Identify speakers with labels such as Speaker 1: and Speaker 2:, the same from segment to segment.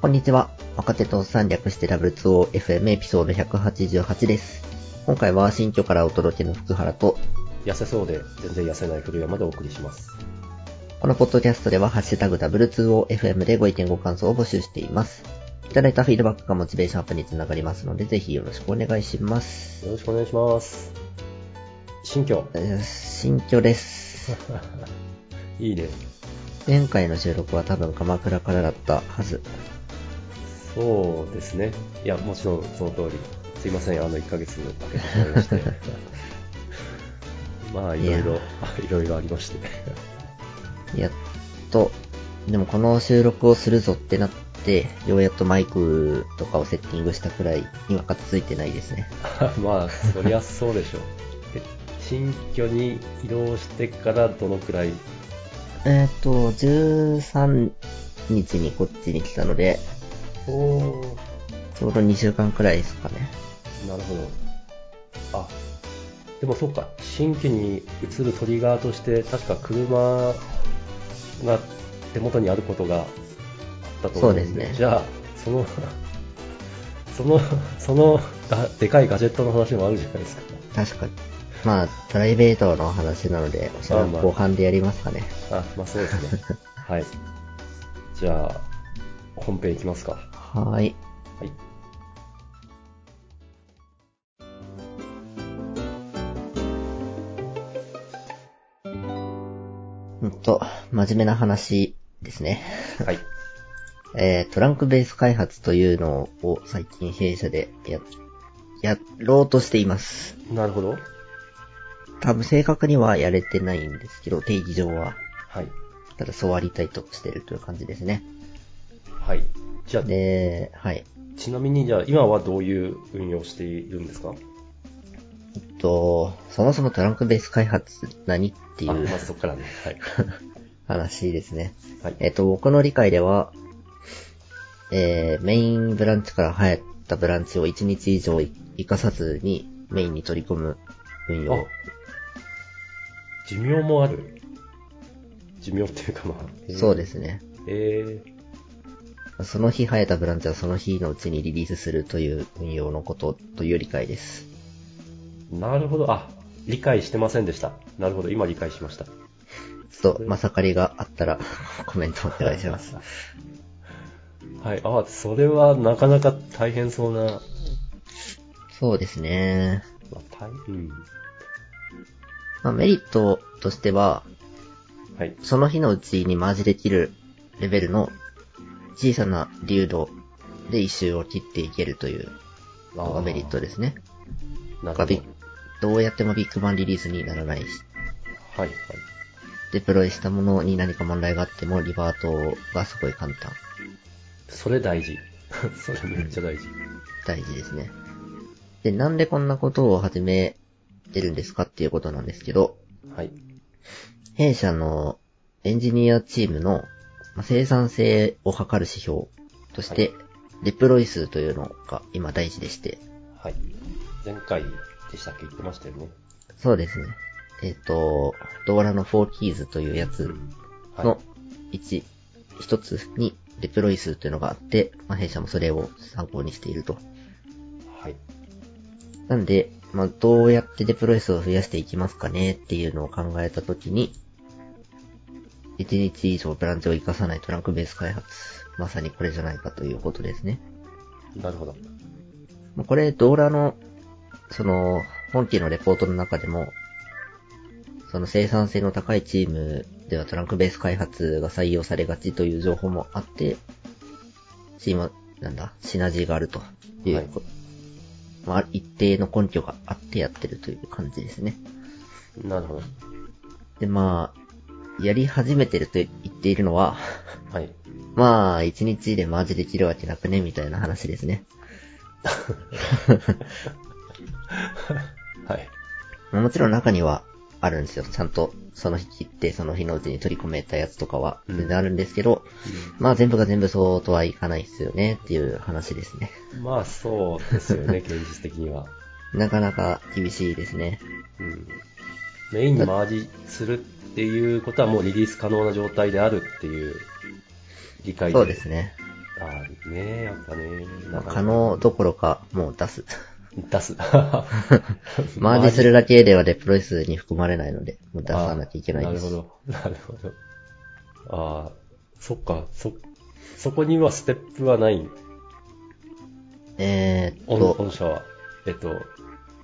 Speaker 1: こんにちは。若手とおっさん略して W2OFM エピソード188です。今回は新居からお届けの福原と、
Speaker 2: 痩せそうで全然痩せない古山でお送りします。
Speaker 1: このポッドキャストではハッシュタグ W2OFM でご意見ご感想を募集しています。いただいたフィードバックがモチベーションアップにつながりますので、ぜひよろしくお願いします。
Speaker 2: よろしくお願いします。新居。
Speaker 1: えー新居です。
Speaker 2: いいね。
Speaker 1: 前回の収録は多分鎌倉からだったはず。
Speaker 2: そうですね。いや、もちろんその通り。すいません、あの1ヶ月空けてしまいまして。 まあ、いろいろ、 いろいろありまして。
Speaker 1: やっと、でもこの収録をするぞってなって、ようやっとマイクとかをセッティングしたくらいにはかついてないですね。
Speaker 2: まあ、そりゃそうでし ょう。え新居に移動してからどのくらい
Speaker 1: えっ、と、13日にこっちに来たので、
Speaker 2: おお。
Speaker 1: ちょうど2週間くらいですかね。
Speaker 2: なるほど。あ、でもそっか、新規に移るトリガーとして、確か車が手元にあることがあったと思うんで、
Speaker 1: そうですね
Speaker 2: じゃあ、その、 その、そのがでかいガジェットの話もあるじゃないですか。
Speaker 1: 確かに。まあ、プライベートの話なので、それは後半でやりますかね。
Speaker 2: あ、まあそうです ね。はい。じゃあ、本編いきますか。
Speaker 1: はーい。
Speaker 2: はい。
Speaker 1: うんと、真面目な話ですね。
Speaker 2: はい。
Speaker 1: えー、トランクベース開発というのを最近弊社でや、やろうとしています。
Speaker 2: なるほど。
Speaker 1: 多分正確にはやれてないんですけど、定義上は。
Speaker 2: はい。
Speaker 1: ただ、そうありたいとしてるという感じですね。
Speaker 2: はい。じゃあ、
Speaker 1: で、はい。
Speaker 2: ちなみに、じゃあ、今はどういう運用をしているんですか
Speaker 1: えっと、そもそもトランクベース開発って何ってい
Speaker 2: あま
Speaker 1: う
Speaker 2: ずそこからね。 はい。
Speaker 1: 話ですね。
Speaker 2: はい。
Speaker 1: えっと、僕の理解では、えー、メインブランチから生えたブランチを1日以上生かさずにメインに取り込む運
Speaker 2: あ
Speaker 1: 用。、
Speaker 2: 寿命もある寿命っていうかまあ。えー
Speaker 1: そうですね。
Speaker 2: え
Speaker 1: その日生えたブランチはその日のうちにリリースするという運用のことという理解です。
Speaker 2: ー、なるほど。あ、理解してませんでした。なるほど。今理解しました。
Speaker 1: ちょっと、まさかりがあったら コメントお願いします。
Speaker 2: はい。あ、それはなかなか大変そうな。ま
Speaker 1: そうですね。
Speaker 2: あ、大うん。
Speaker 1: まあ、メリットとしては、
Speaker 2: はい。
Speaker 1: その日のうちにマージできるレベルの小さな流動で一周を切っていけるというのがメリットですね。
Speaker 2: なる
Speaker 1: が
Speaker 2: ほど。
Speaker 1: ビどうやってもビッグバンリリースにならないし、
Speaker 2: はい。はい。
Speaker 1: デプロイしたものに何か問題があってもリバートがすごい簡単。
Speaker 2: それ大事。 それめっちゃ大事。
Speaker 1: 大事ですね。で、なんでこんなことを始めてるんですかっていうことなんですけど、
Speaker 2: はい。
Speaker 1: 弊社のエンジニアチームのまあ生産性を測る指標として、デプロイ数というのが今大事でして、
Speaker 2: はい。前回でしたっけ言ってましたよね。
Speaker 1: そうですね。えっ、と、ドーラの4キーズというやつ
Speaker 2: はい。
Speaker 1: の1、一つにデプロイ数というのがあって、まあ、弊社もそれを参考にしていると。
Speaker 2: はい。
Speaker 1: なんで、まあ、どうやってデプロイ数を増やしていきますかねっていうのを考えたときに、1日以上ブランチを活かさないトランクベース開発。まさにこれじゃないかということですね。
Speaker 2: なるほど。
Speaker 1: まあこれ、ドーラの、その、本機のレポートの中でも、その生産性の高いチームではトランクベース開発が採用されがちという情報もあって、チーム、なんだ、シナジーがあるという、
Speaker 2: はい
Speaker 1: まあ、一定の根拠があってやってるという感じですね。
Speaker 2: なるほど。
Speaker 1: で、まあ、やり始めてると言っているのは、
Speaker 2: はい。
Speaker 1: まあ、一日でマージできるわけなくね、みたいな話ですね。
Speaker 2: はい。
Speaker 1: まあもちろん中にはあるんですよ。ちゃんとその日切ってその日のうちに取り込めたやつとかは
Speaker 2: うん
Speaker 1: 全然あるんですけど、まあ全部が全部そうとはいかないですよねっていう話ですね。
Speaker 2: まあそうですよ ね、現実的には。
Speaker 1: なかなか厳しいですね。
Speaker 2: うん、メインにマージするっていうことはもうリリース可能な状態であるっていう理解
Speaker 1: そうで
Speaker 2: です
Speaker 1: ね。
Speaker 2: ああ、ねえ、やっぱね。
Speaker 1: まあ可能どころか、もう出 す。
Speaker 2: 出す。
Speaker 1: マージするだけではレプロイスに含まれないので、もう出さなきゃいけない
Speaker 2: な
Speaker 1: で
Speaker 2: るほ
Speaker 1: す。
Speaker 2: ど。 なるほど。ああ、そっか、そ、そこにはステップはない。
Speaker 1: えーっ
Speaker 2: 御
Speaker 1: と、
Speaker 2: 御社は。えっと、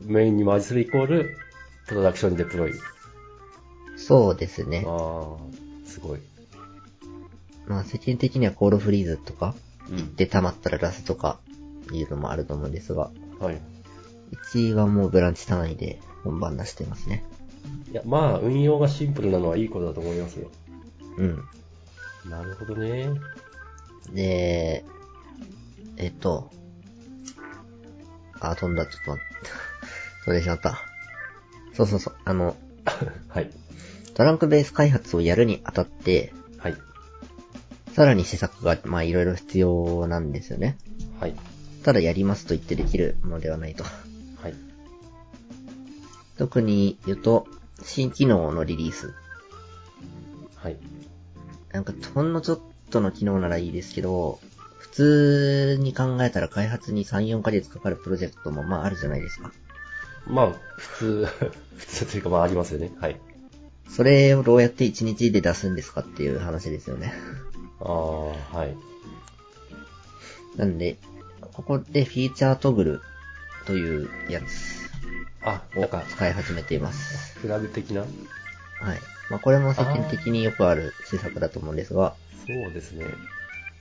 Speaker 2: メインにマージするイコール、プロダクションにデプロイ。
Speaker 1: そうですね。
Speaker 2: ああ、すごい。
Speaker 1: まあ世間的にはコールフリーズとか、
Speaker 2: うん。
Speaker 1: で溜まったら出すとか、いうのもあると思うんですが、
Speaker 2: はい。
Speaker 1: 1位はもうブランチ単位で本番出してますね。
Speaker 2: いや、まあ、運用がシンプルなのはいいことだと思いますよ。
Speaker 1: うん。
Speaker 2: なるほどね。
Speaker 1: で、えっと、あ、飛んだ、ちょっと待って。 飛んでしまった。そうそうそう。あの、
Speaker 2: はい。
Speaker 1: トランクベース開発をやるにあたって、
Speaker 2: はい。
Speaker 1: さらに施策が、まあいろいろ必要なんですよね。
Speaker 2: はい。
Speaker 1: ただやりますと言ってできるものではないと。
Speaker 2: はい。
Speaker 1: 特に言うと、新機能のリリース。
Speaker 2: はい。
Speaker 1: なんか、ほんのちょっとの機能ならいいですけど、普通に考えたら開発に3、4ヶ月かかるプロジェクトもまああるじゃないですか。
Speaker 2: まあ、普通、 普通というか、まあ、ありますよね。はい。
Speaker 1: それをどうやって1日で出すんですかっていう話ですよね。
Speaker 2: ああ、はい。
Speaker 1: なんで、ここでフィーチャートグルというやつ
Speaker 2: あ、な
Speaker 1: を
Speaker 2: んか、
Speaker 1: 使い始めています。
Speaker 2: クラブ的な
Speaker 1: はい。まあ、これも世間的によくある施策だと思うんですが、
Speaker 2: そうですね。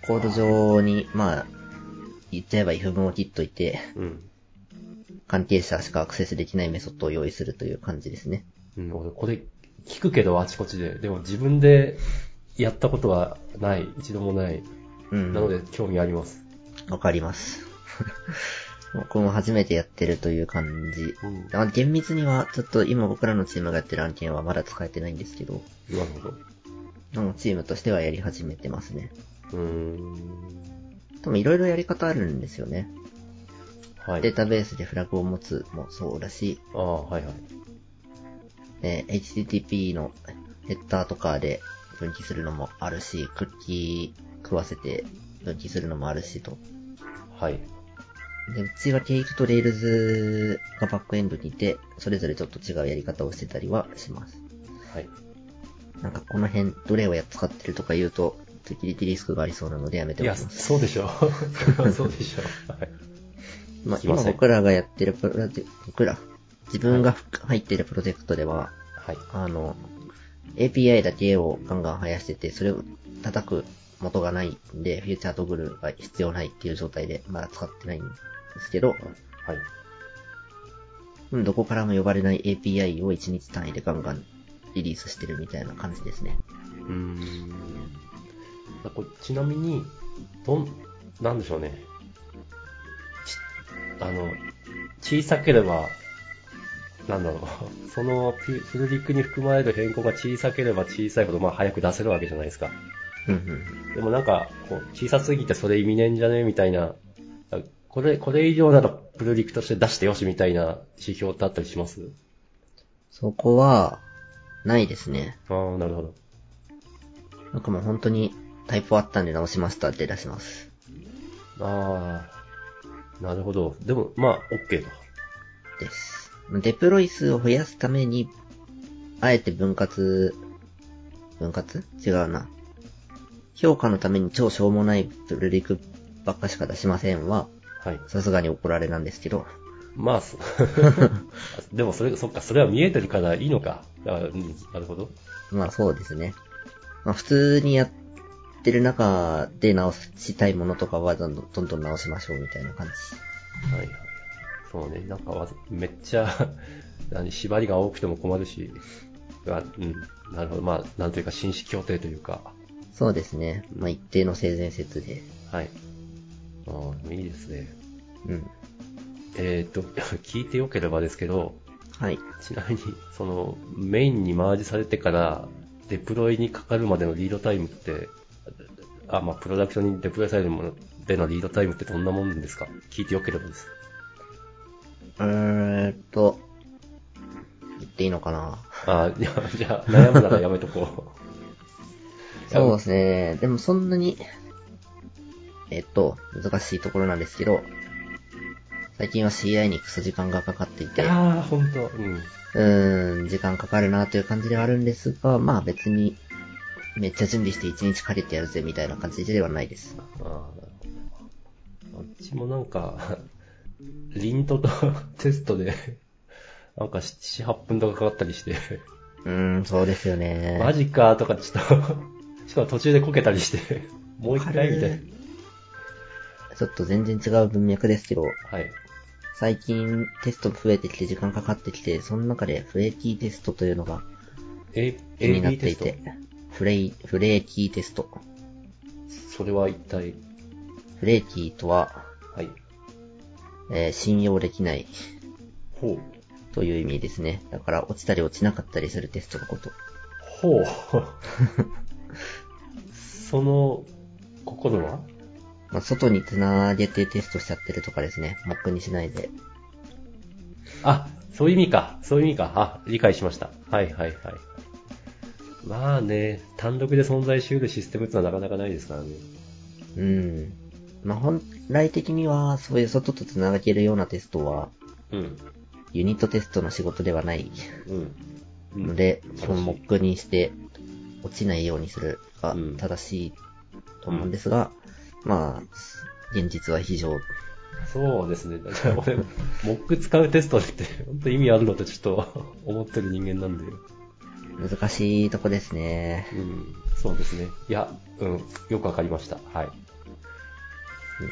Speaker 1: コード上に、まあ、言っちゃえば if 文を切っといて、
Speaker 2: うん。
Speaker 1: 関係者しかアクセスできないメソッドを用意するという感じですね。
Speaker 2: うん、俺、これ、聞くけど、あちこちで。でも、自分でやったことはない。一度もない。
Speaker 1: うん。
Speaker 2: なので、興味あります。
Speaker 1: わかります。 僕も初めてやってるという感じ。
Speaker 2: うん
Speaker 1: まあ、厳密には、ちょっと今僕らのチームがやってる案件はまだ使えてないんですけど、
Speaker 2: なるほど。
Speaker 1: うんチームとしてはやり始めてますね。
Speaker 2: うーん。
Speaker 1: 多分いろいろやり方あるんですよね。
Speaker 2: はい。
Speaker 1: データベースでフラグを持つもそうだし、
Speaker 2: ああ、はいはい。
Speaker 1: えー HTTP のヘッダーとかで分岐するのもあるし、クッキー食わせて分岐するのもあるしと。
Speaker 2: はい。
Speaker 1: で、うちはケイクとレールズがバックエンドにいて、それぞれちょっと違うやり方をしてたりはします。
Speaker 2: はい。
Speaker 1: なんかこの辺、どれをやっ使ってるとか言うと、セキュリティリスクがありそうなのでやめて
Speaker 2: い
Speaker 1: おき
Speaker 2: や、
Speaker 1: ます。
Speaker 2: そうでしょう。それ はそうでしょう。はい。
Speaker 1: まあ、
Speaker 2: すいま
Speaker 1: 今
Speaker 2: せん
Speaker 1: 僕らがやってるプロジェクト、僕ら、自分が入ってるプロジェクトでは、
Speaker 2: はい。
Speaker 1: あの、API だけをガンガン生やしてて、それを叩く元がないんで、フューチャートグルが必要ないっていう状態で、まだ使ってないんですけど、
Speaker 2: はい。
Speaker 1: うんどこからも呼ばれない API を1日単位でガンガンリリースしてるみたいな感じですね。
Speaker 2: うーん。だこちなみに、どん、なんでしょうね。ちあの、小さければ、なんだろう。 そのピフルリックに含まれる変更が小さければ小さいほど、まあ早く出せるわけじゃないですか。
Speaker 1: うんうん。
Speaker 2: でもなんか、こう、小さすぎてそれ意味ねえんじゃねえみたいな、あこれ、これ以上ならプルリクとして出してよしみたいな指標ってあったりします
Speaker 1: そこは、ないですね。
Speaker 2: ああ、なるほど。
Speaker 1: なんかもう本当にタイプあったんで直しましたって出します。
Speaker 2: ああ、なるほど。でも、まあ、OK と。
Speaker 1: です。デプロイ数を増やすために、あえて分割、分割違うな。評価のために超しょうもないプルリクばっかしか出しませんは、
Speaker 2: はい。
Speaker 1: さすがに怒られなんですけど、
Speaker 2: まあ、 そでもそれ、そっか、それは見えてるからいいのか。あうん、なるほど。
Speaker 1: まあそうですね。まあ普通にやってる中で直したいものとかはどんどんどんどん直しましょうみたいな感じ。
Speaker 2: はいはいはい。そうね、なんかわざ、めっちゃ 何、縛りが多くても困るし、あうん、なるほど。まあ、なんというか、紳士協定というか。
Speaker 1: そうですね。まあ一定の性善説で。
Speaker 2: はい。ああ、いいですね。
Speaker 1: うん。
Speaker 2: えっ、と、 聞いてよければですけど、
Speaker 1: はい。
Speaker 2: ちなみに、その、メインにマージされてから、デプロイにかかるまでのリードタイムって、あ、まあ、プロダクションにデプロイされるものでのリードタイムってどんなもんですか聞いてよければです。
Speaker 1: えーっと、言っていいのかな
Speaker 2: あ、いや、じゃあ、悩むならやめとこ う。
Speaker 1: そうですね。でもそんなに、えっと、難しいところなんですけど、最近は CI にクソ時間がかかっていて、う
Speaker 2: ああ、本当うん。
Speaker 1: ーん、時間かかるなという感じではあるんですが、まあ別に、めっちゃ準備して1日かけてやるぜみたいな感じではないです。
Speaker 2: ああ、なるほど。うちもなんか、リントとテストで、なんか7、8分とかかかったりして、
Speaker 1: うーん、そうですよね。
Speaker 2: マジかとかちょっと、しかも途中でこけたりして、もう一回みたいな。
Speaker 1: ちょっと全然違う文脈ですけど、
Speaker 2: はい。
Speaker 1: 最近テスト増えてきて時間かかってきて、その中でフレーキーテストというのが
Speaker 2: A、
Speaker 1: 気になっ
Speaker 2: AB
Speaker 1: て
Speaker 2: テ
Speaker 1: い
Speaker 2: スト
Speaker 1: て、フレイ、フレーキーテスト。
Speaker 2: それは一体、
Speaker 1: フレーキーとは、
Speaker 2: はい。
Speaker 1: えー信用できない
Speaker 2: ほう。
Speaker 1: という意味ですね。だから落ちたり落ちなかったりするテストのこと。
Speaker 2: ほ う。その心は
Speaker 1: まあ、外に繋げてテストしちゃってるとかですね。モックにしないで。
Speaker 2: あ、そういう意味か。そういう意味か。あ、理解しました。はいはいはい。まあね、単独で存在し得るシステムってのはなかなかないですからね。
Speaker 1: うん。まあ、本来的には、そういう外と繋げるようなテストは、
Speaker 2: うん。
Speaker 1: ユニットテストの仕事ではない
Speaker 2: うん。うん
Speaker 1: ので、
Speaker 2: ん
Speaker 1: そのモックにして落ちないようにするが
Speaker 2: うん
Speaker 1: 正しいと思うんですが、まあ、現実は非常。
Speaker 2: そうですね。 だから俺、モック使うテストって、本当意味あるのってちょっと 思ってる人間なんで。
Speaker 1: 難しいとこですね。
Speaker 2: うん。そうですね。いや、うん。よくわかりました。はい。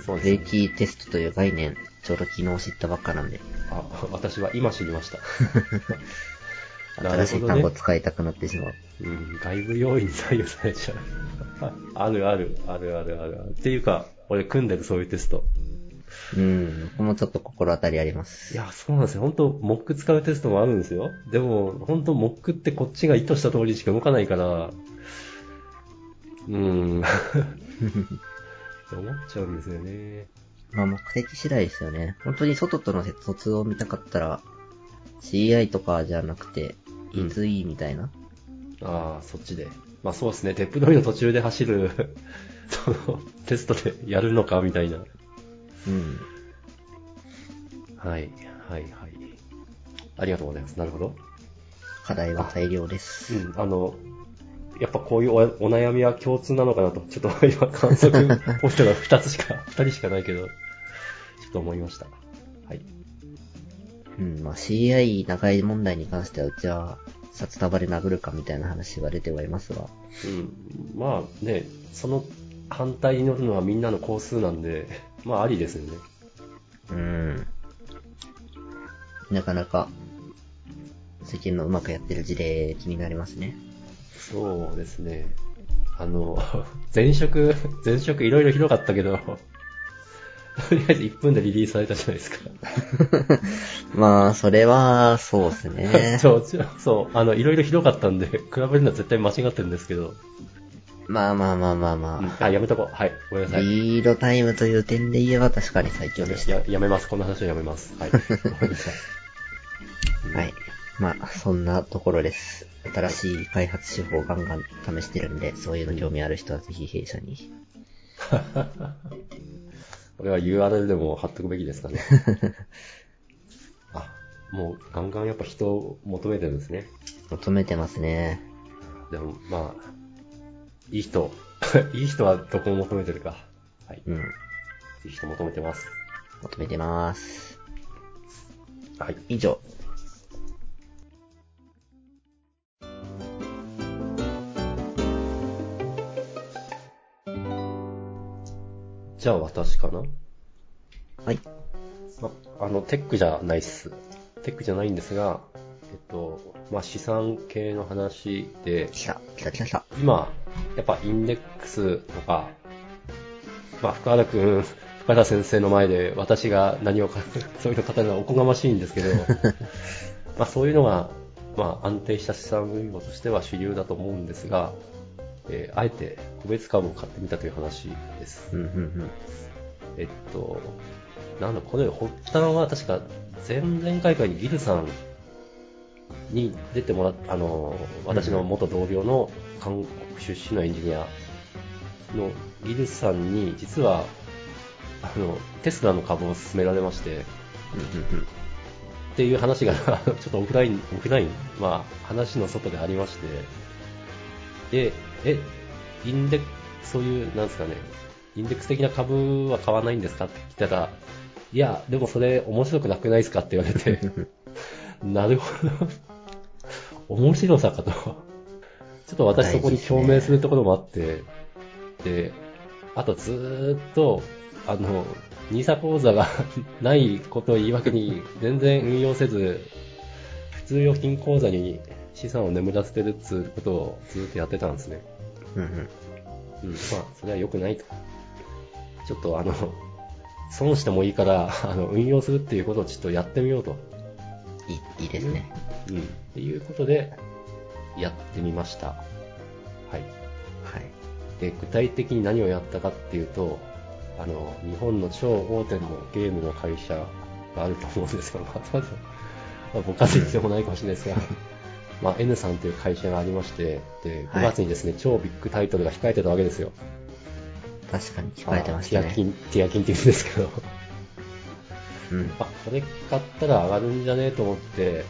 Speaker 2: そう
Speaker 1: ブ
Speaker 2: で
Speaker 1: レ
Speaker 2: すね
Speaker 1: ーキーテストという概念、ちょうど昨日知ったばっかなんで、
Speaker 2: あ、私は今知りました。 な
Speaker 1: 新
Speaker 2: るほ
Speaker 1: しい
Speaker 2: ど
Speaker 1: 単
Speaker 2: ね
Speaker 1: 語使いたくなってしまう。
Speaker 2: うん、外部要因に左右されちゃう。 あるある、あるあるあるある。っていうか、俺組んでるそういうテスト。
Speaker 1: うん、僕もちょっと心当たりあります。
Speaker 2: いや、そうなんですよ。本当モック使うテストもあるんですよ。でも、本当モックってこっちが意図した通りしか動かないから、うん。って思っちゃうんですよね。
Speaker 1: まあ目的次第ですよね。本当に外との接続を見たかったら、CI とかじゃなくて、
Speaker 2: うん
Speaker 1: E2E みたいな。
Speaker 2: ああ、そっちで。まあそうですね。デプロイの途中で走る、 その、テストでやるのか、みたいな。
Speaker 1: うん。
Speaker 2: はい、はい、はい。ありがとうございます。なるほど。
Speaker 1: 課題は大量です。
Speaker 2: うん、あの、やっぱこういうおお悩みは共通なのかなと、ちょっと 今観測ポイントが2つし か、2人しかないけど、ちょっと思いました。はい。
Speaker 1: うん、まあ CI 長い問題に関しては、うちは、札束で殴るかみたいな話は出てはいますが、
Speaker 2: うん、まあね、その反対に乗るのはみんなの工数なんで、まあありですよね。
Speaker 1: うん。なかなか、世間のうまくやってる事例気になりますね。
Speaker 2: そうですね。あの、前職、前職いろいろひどかったけど、とりあえず1分でリリースされたじゃないですか。
Speaker 1: まあ、それは、そうですね。
Speaker 2: そう、そう、あの、いろいろひどかったんで、比べるのは絶対間違ってるんですけど、
Speaker 1: まあまあまあまあまあ。
Speaker 2: あ、やめとこう。はい。ごめんなさい。
Speaker 1: リードタイムという点で言えば確かに最強でした。
Speaker 2: ややめます。この話はやめます。 はい。ごめんなさい
Speaker 1: はい。まあ、そんなところです。新しい開発手法をガンガン試してるんで、そういうの興味ある人はぜひ弊社に。
Speaker 2: これは URL でも貼っとくべきですか ね。あ、もうガンガンやっぱ人を求めてるんですね。
Speaker 1: 求めてますね。
Speaker 2: でも、まあ、いい人。 いい人はどこを求めてるか。はい。
Speaker 1: うん。
Speaker 2: いい人求めてます。
Speaker 1: 求めてます。
Speaker 2: はい。
Speaker 1: 以上。
Speaker 2: じゃあ私かな
Speaker 1: はい。
Speaker 2: ま、あの、テックじゃないっす。テックじゃないんですが、えっと、まあ、資産系の話で、
Speaker 1: 来た。来た来た来た。
Speaker 2: 今、やっぱインデックスとか、まあ、深田くん、 深田先生の前で私が何をか、 そういうの語るのはおこがましいんですけど、まあ、そういうのが、まあ、安定した資産運用としては主流だと思うんですが、えーあえて個別株を買ってみたという話です。
Speaker 1: うんうん
Speaker 2: えっと、なんだ、これ、発端は確か、前々回かにギルさんに出てもらった、あの、私の元同僚の韓国出身のエンジニアのギルさんに、実は、あのテスラの株を勧められまして、
Speaker 1: うんうん
Speaker 2: っていう話が あのちょっとオフライン、オフライン、まあ、話の外でありまして、で、え、インデックス、そういう、なんですかね、インデックス的な株は買わないんですかって聞いたら、いや、でもそれ面白くなくないですかって言われて、なるほど。面白さかと。ちょっと私そこに共鳴するところもあって、で、あとずーっと、あの、ニーサ口座が ないことを言い訳に全然運用せず、普通預金口座に資産を眠らせてるっつうことをずーっとやってたんですね。
Speaker 1: うんうん
Speaker 2: うん、まあ、それは良くないと。ちょっとあの、 損してもいいから、 あの、運用するっていうことをちょっとやってみようと。
Speaker 1: いいいいですね。
Speaker 2: うん。っていうことで、やってみました。はい。
Speaker 1: はい。
Speaker 2: で、具体的に何をやったかっていうと、あの、日本の超大手のゲームの会社があると思うんですが、 まあ、まずまあ、僕は言ってもないかもしれないですが、まあ、N さんという会社がありまして、で、
Speaker 1: は
Speaker 2: 5
Speaker 1: い
Speaker 2: 月にですね、超ビッグタイトルが控えてたわけですよ。
Speaker 1: 確かに聞かれてました
Speaker 2: あティア
Speaker 1: ね
Speaker 2: キ。ン、ティアキンって言うんですけど。
Speaker 1: うん。
Speaker 2: あ、これ買ったら上がるんじゃねえと思って、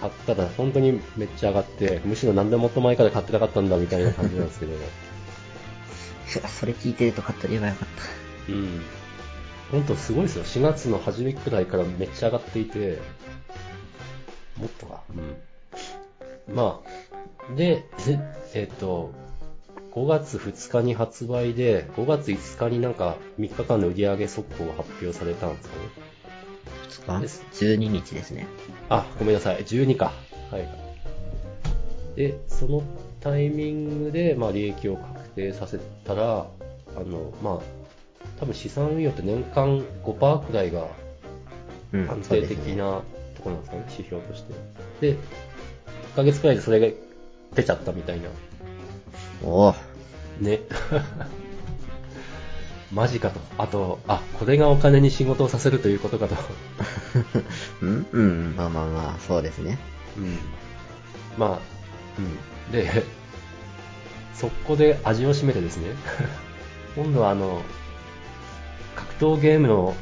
Speaker 2: 買ったら本当にめっちゃ上がって、むしろ何でもっと前から買ってなかったんだみたいな感じなんですけど、
Speaker 1: いやそれ聞いてると買っとればよかっ
Speaker 2: うん。本当すごいですよ。4月の初めくらいからめっちゃ上がっていて、もっとか。うん。まあ、で、でえっ、と、5月2日に発売で、5月5日になんか3日間の売り上げ速報が発表されたんですかね。
Speaker 1: た。2
Speaker 2: です
Speaker 1: 日 ?12 日ですね。
Speaker 2: あ、ごめんなさい、12か。はい。で、そのタイミングで、まあ、利益を確定させたら、あの、まあ、多分資産運用って年間5%くらいが
Speaker 1: うん。
Speaker 2: 安
Speaker 1: そう
Speaker 2: 定
Speaker 1: です
Speaker 2: 的
Speaker 1: ね。
Speaker 2: なところなんですかね、指標として。で、1ヶ月くらいでそれが出ちゃったみたいな。
Speaker 1: おお
Speaker 2: ね。 マジかと。あと、あ、これがお金に仕事をさせるということかと。
Speaker 1: うん うん。まあまあまあ、そうですね。
Speaker 2: うん、まあ、うん、で、そこで味を占めてですね、 今度はあの、格闘ゲームの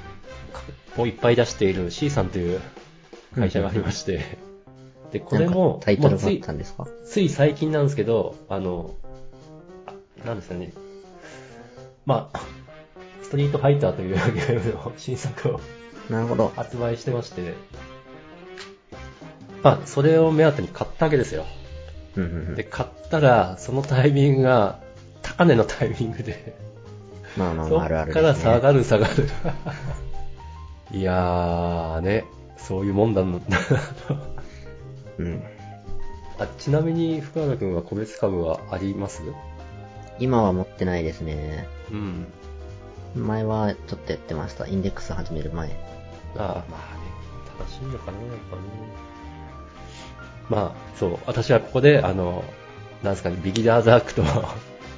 Speaker 2: かをいっぱい出している C さんという会社がありまして、で、これ
Speaker 1: なん
Speaker 2: も
Speaker 1: か、タイトル
Speaker 2: もう
Speaker 1: が
Speaker 2: つ
Speaker 1: あっ
Speaker 2: い
Speaker 1: たんですか
Speaker 2: つい最近なんですけど、あの、あなんですかね、まあ、ストリートファイターというゲームの新作を
Speaker 1: なるほど。
Speaker 2: 発売してまして、まあ、それを目当てに買ったわけですよ。
Speaker 1: うんうんうん
Speaker 2: で、。買ったら、そのタイミングが、高値のタイミングで、
Speaker 1: まあまあ
Speaker 2: そ
Speaker 1: ま
Speaker 2: っ
Speaker 1: あ、あるある
Speaker 2: から
Speaker 1: です
Speaker 2: 下
Speaker 1: ね。
Speaker 2: がる下がる。 いやーね、そういうもんだんだ
Speaker 1: うん。
Speaker 2: あちなみに、福原君は個別株はあります
Speaker 1: 今は持ってないですね。
Speaker 2: うん。
Speaker 1: 前はちょっとやってました。インデックス始める前。
Speaker 2: ああ、まあね、正しいのかな、やっぱね。まあ、そう、私はここで、あの、なんですかね、ビギナーズアクと、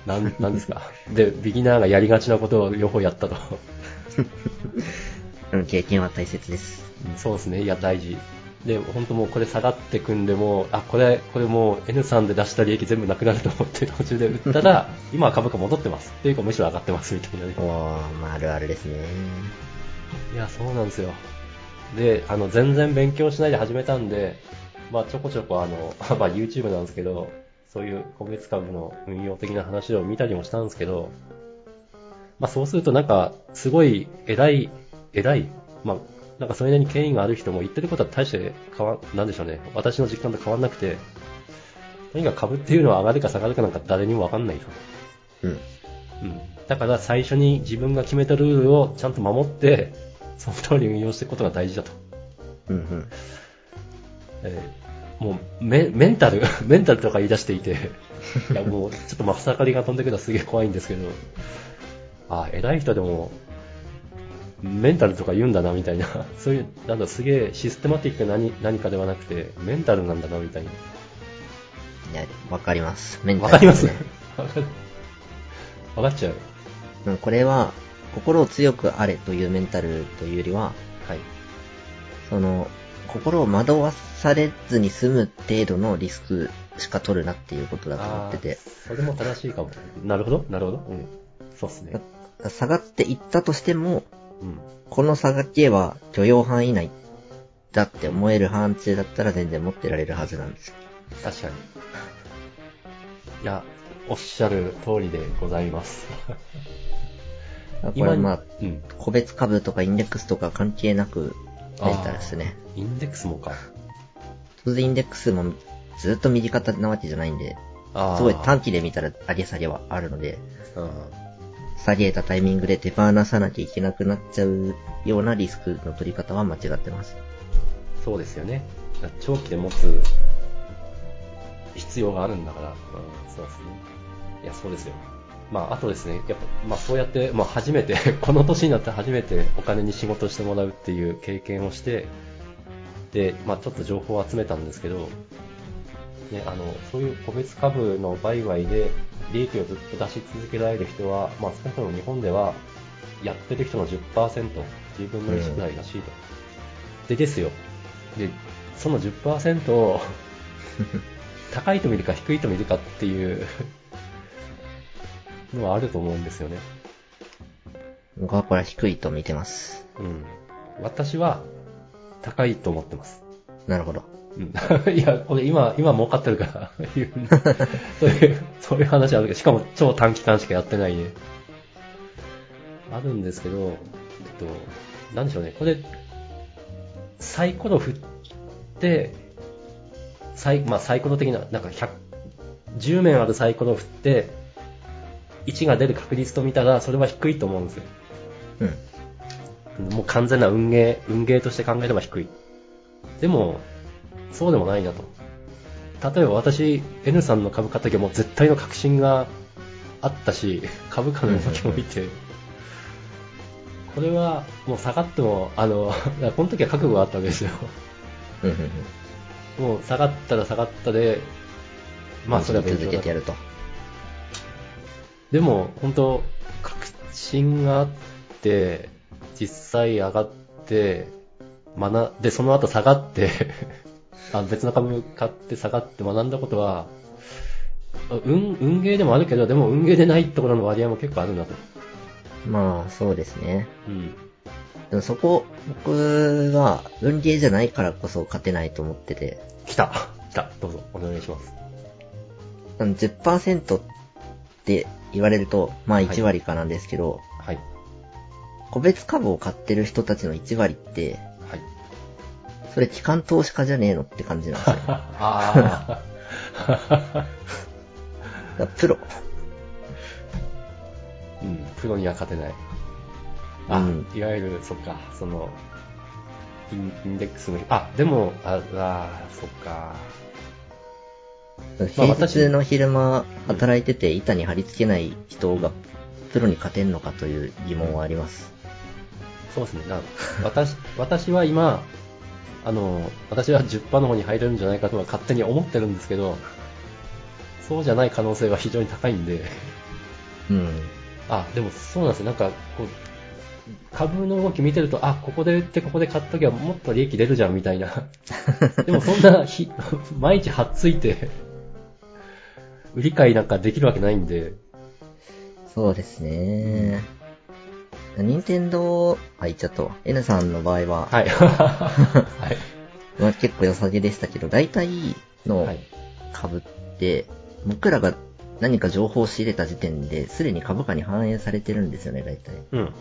Speaker 2: なん、なんですか。で、ビギナーがやりがちなことを両方やったと。
Speaker 1: うん、経験は大切です。
Speaker 2: そうですね、いや、大事。で、本当もうこれ下がってくんで、もう、あ、これ、これもう N さんで出した利益全部なくなると思って途中で売ったら、今は株価戻ってます。っていうか、むしろ上がってます、みたいなね
Speaker 1: お。ー、まああるあるですね。
Speaker 2: いや、そうなんですよ。で、あの、全然勉強しないで始めたんで、まあ、ちょこちょこ、あの、 まあ、YouTube なんですけど、そういう個別株の運用的な話を見たりもしたんですけど、まあ、そうするとなんか、すごい偉い、偉い、まあ、なんかそれなりに権威がある人も言ってることは大して変わ、なんでしょうね。私の実感と変わんなくて、とにかく株っていうのは上がるか下がるかなんか誰にもわかんないと。
Speaker 1: うん。
Speaker 2: うん、だから最初に自分が決めたルールをちゃんと守って、その通り運用していくことが大事だと。
Speaker 1: うんうん。
Speaker 2: えーもうメ、メンタル、 メンタルとか言い出してい て、いやもうちょっとまさかりが飛んでくるのはすげえ怖いんですけど、あ、偉い人でも、メンタルとか言うんだなみたいな、 そういう、なんだ、すげえシステマティックな何何かではなくて、メンタルなんだなみたいな。
Speaker 1: いや、わかります。メンタ
Speaker 2: わ
Speaker 1: ル
Speaker 2: かりま
Speaker 1: ですね
Speaker 2: わかる。 わかっちゃう。
Speaker 1: うん、これは、心を強くあれというメンタルというよりは、
Speaker 2: はい。
Speaker 1: その、心を惑わされずに済む程度のリスクしか取るなっていうことだと思ってて
Speaker 2: あ、ーそれも正しいかも。なるほど、なるほど。うん。そうっすね。
Speaker 1: 下がっていったとしても、
Speaker 2: うん。
Speaker 1: この差が消えば許容範囲内だって思える範疇だったら全然持ってられるはずなんです。
Speaker 2: 確かに。いや、おっしゃる通りでござい ます。
Speaker 1: これまあ、
Speaker 2: うん。
Speaker 1: 個別株とかインデックスとか関係なくレンタルですね。
Speaker 2: インデックスもか。
Speaker 1: 当然インデックスもずっと右肩なわけじゃないんで、
Speaker 2: あー
Speaker 1: すごい短期で見たら上げ下げはあるので、
Speaker 2: うん。
Speaker 1: 下げたタイミングで手放さなきゃいけなくなっちゃうようなリスクの取り方は間違ってます。
Speaker 2: そうですよね。長期で持つ必要があるんだから。うん、そうですね。いや、そうですよ。まあ、あとですね、やっぱ、まあ、そうやって、まあ、初めて、 この年になって初めてお金に仕事してもらうっていう経験をして、で、まあ、ちょっと情報を集めたんですけど、ね、あの、そういう個別株の売買で利益をずっと出し続けられる人は、まあ、少なくとも日本では、やってる人の10%、10分の1くらいらしいと。でですよ。で、その10%を、高いと見るか低いと見るかっていうのはあると思うんですよね。
Speaker 1: 僕はこれは低いと見てます。
Speaker 2: うん。私は、高いと思ってます。
Speaker 1: なるほど。
Speaker 2: うん。いや、これ今、今儲かってるからいう、そういう、そういう話あるけど、しかも超短期間しかやってないね。あるんですけど、えっと、なんでしょうね。これ、サイコロ振って、サイ、まあサイコロ的な、なんか100、10面あるサイコロ振って、1が出る確率と見たら、それは低いと思うんですよ。
Speaker 1: うん。
Speaker 2: もう完全な運ゲー、運ゲーとして考えれば低い。でも、そうでもないなと。例えば私、N さんの株買った時はもう絶対の確信があったし、 株価の動きも見て、これはもう下がっても、あの、 この時は覚悟があったわけですよ。
Speaker 1: うんうんうん。
Speaker 2: もう下がったら下がったで、まあそれは勉強
Speaker 1: 続け
Speaker 2: だ
Speaker 1: てやると。
Speaker 2: でも、本当確信があって、実際上がって、学、で、その後下がって、 あ別の株買って下がって学んだことは、運、運ゲーでもあるけど、でも運ゲーでないところの割合も結構あるなと。
Speaker 1: まあ、そうですね。
Speaker 2: うん。
Speaker 1: でもそこ、僕は、運ゲーじゃないからこそ勝てないと思ってて、
Speaker 2: 来た来たどうぞ、お願いします。
Speaker 1: あの10%って言われると、まあ
Speaker 2: はい
Speaker 1: 1割かなんですけど、
Speaker 2: はい。
Speaker 1: 個別株を買ってる人たちの1割って、
Speaker 2: はい。
Speaker 1: それ機関投資家じゃねえのって感じなん ですよ。だか
Speaker 2: ああ。
Speaker 1: らプロ。
Speaker 2: うん、プロには勝てない。あ、
Speaker 1: うん
Speaker 2: いわゆる、そっか、その、インインデックスの、あ、でも、あ、あそっか。
Speaker 1: 平日の昼間働いてて板に貼り付けない人がプロに勝てんのかという疑問はあります。
Speaker 2: そうですね。 な私、私は今、あの、私は10%の方に入れるんじゃないかとは勝手に思ってるんですけど、そうじゃない可能性は非常に高いんで、
Speaker 1: うん。
Speaker 2: あ、でもそうなんですよ。なんか、こう、株の動き見てると、あ、ここで売ってここで買っときゃもっと利益出るじゃんみたいな。でもそんな日、毎日はっついて、売り買いなんかできるわけないんで、
Speaker 1: そうですね。任天堂、あ、言っちゃったわ。N さんの場合は、
Speaker 2: はい。はい。
Speaker 1: まあ、結構良さげでしたけど、大体の
Speaker 2: はい。
Speaker 1: 株って、僕らが何か情報を仕入れた時点で、すでに株価に反映されてるんですよね、大体。
Speaker 2: うん。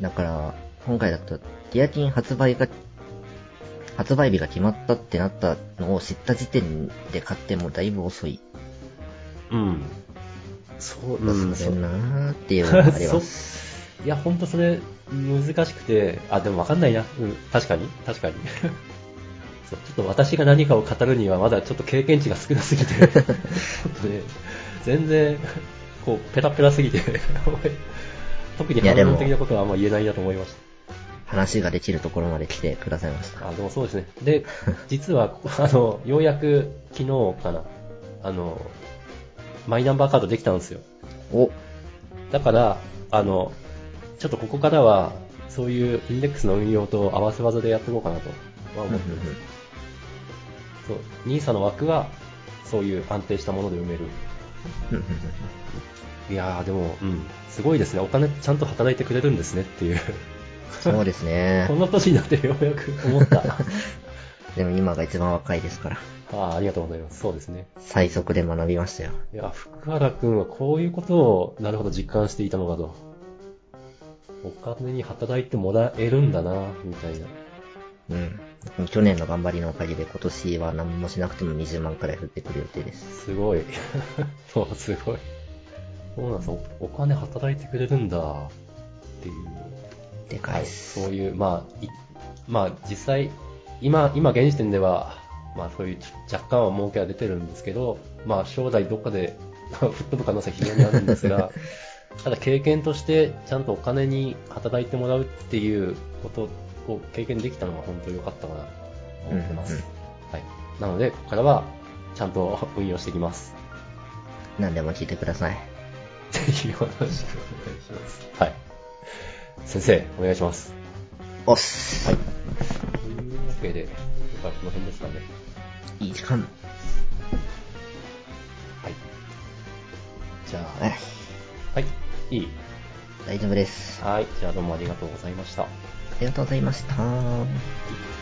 Speaker 1: だから、今回だと、ティアキン発売が、発売日が決まったってなったのを知った時点で買ってもだいぶ遅い。
Speaker 2: うん。そう、うん、
Speaker 1: そ
Speaker 2: そうう。
Speaker 1: だなーっていうのがあります。
Speaker 2: いや、ほんと それ、難しくて、あ、でもわかんないな。うん、確かに、確かに。 そう、ちょっと私が何かを語るには、まだちょっと経験値が少な すぎて、ちょっとね、全然、こう、ペラペラすぎて、 特に
Speaker 1: いや
Speaker 2: 反
Speaker 1: でも
Speaker 2: 論的なことはあんま言えないなと思いまし
Speaker 1: 話ができるところまで来てくださいました。
Speaker 2: た。あ、でもそうですね。で、実は、 あの、ようやく昨日かな、あの、マイナンバーカードできたんですよ。
Speaker 1: お、
Speaker 2: だから、あの、ちょっとここからは、そういうインデックスの運用と合わせ技でやっていこうかなとは
Speaker 1: うんう
Speaker 2: 思
Speaker 1: んう
Speaker 2: っ
Speaker 1: ん
Speaker 2: てます。そう、NISA の枠は、そういう安定したもので埋める。いやー、でも、うん、すごいですね。お金ちゃんと働いてくれるんですねっていう。
Speaker 1: そうですね
Speaker 2: こ。の年になってようやく 思った。
Speaker 1: でも今が一番若いですから、
Speaker 2: あーありがとうございます。そうですね。
Speaker 1: 最速で学びましたよ。
Speaker 2: いや、福原くんはこういうことを、なるほど実感していたのかと。お金に働いてもらえるんだな、みたいな。
Speaker 1: うん。去年の頑張りのおかげで今年は何もしなくても20万くらい降ってくる予定です。
Speaker 2: すごい。 そう、すごい。そうなんですおお金働いてくれるんだ、っていう。
Speaker 1: でかい
Speaker 2: は
Speaker 1: っ
Speaker 2: い。
Speaker 1: す。
Speaker 2: そういう、まあ、いまあ、実際、今、今現時点では、まあ、そういうち若干は儲けは出てるんですけど、まあ、将来どっかで 吹っ飛ぶ可能性は非常にあるんです が、ただ経験として、ちゃんとお金に働いてもらうっていうことを経験できたのが本当に良かったかなと思ってます。
Speaker 1: うん
Speaker 2: はい。なので、ここからは、ちゃんと運用していきます。
Speaker 1: 何でも聞いてください。
Speaker 2: ぜひよろしくお願いします。はい。先生、お願いします。
Speaker 1: おっす。
Speaker 2: はい。というわけで、今回はこの辺ですかね。
Speaker 1: いい時間。
Speaker 2: はい。じゃあ、
Speaker 1: はい
Speaker 2: はい。いい
Speaker 1: 大丈夫です。あ
Speaker 2: はい。じゃあどうもありがとうございました。
Speaker 1: りがとうございました。
Speaker 2: はい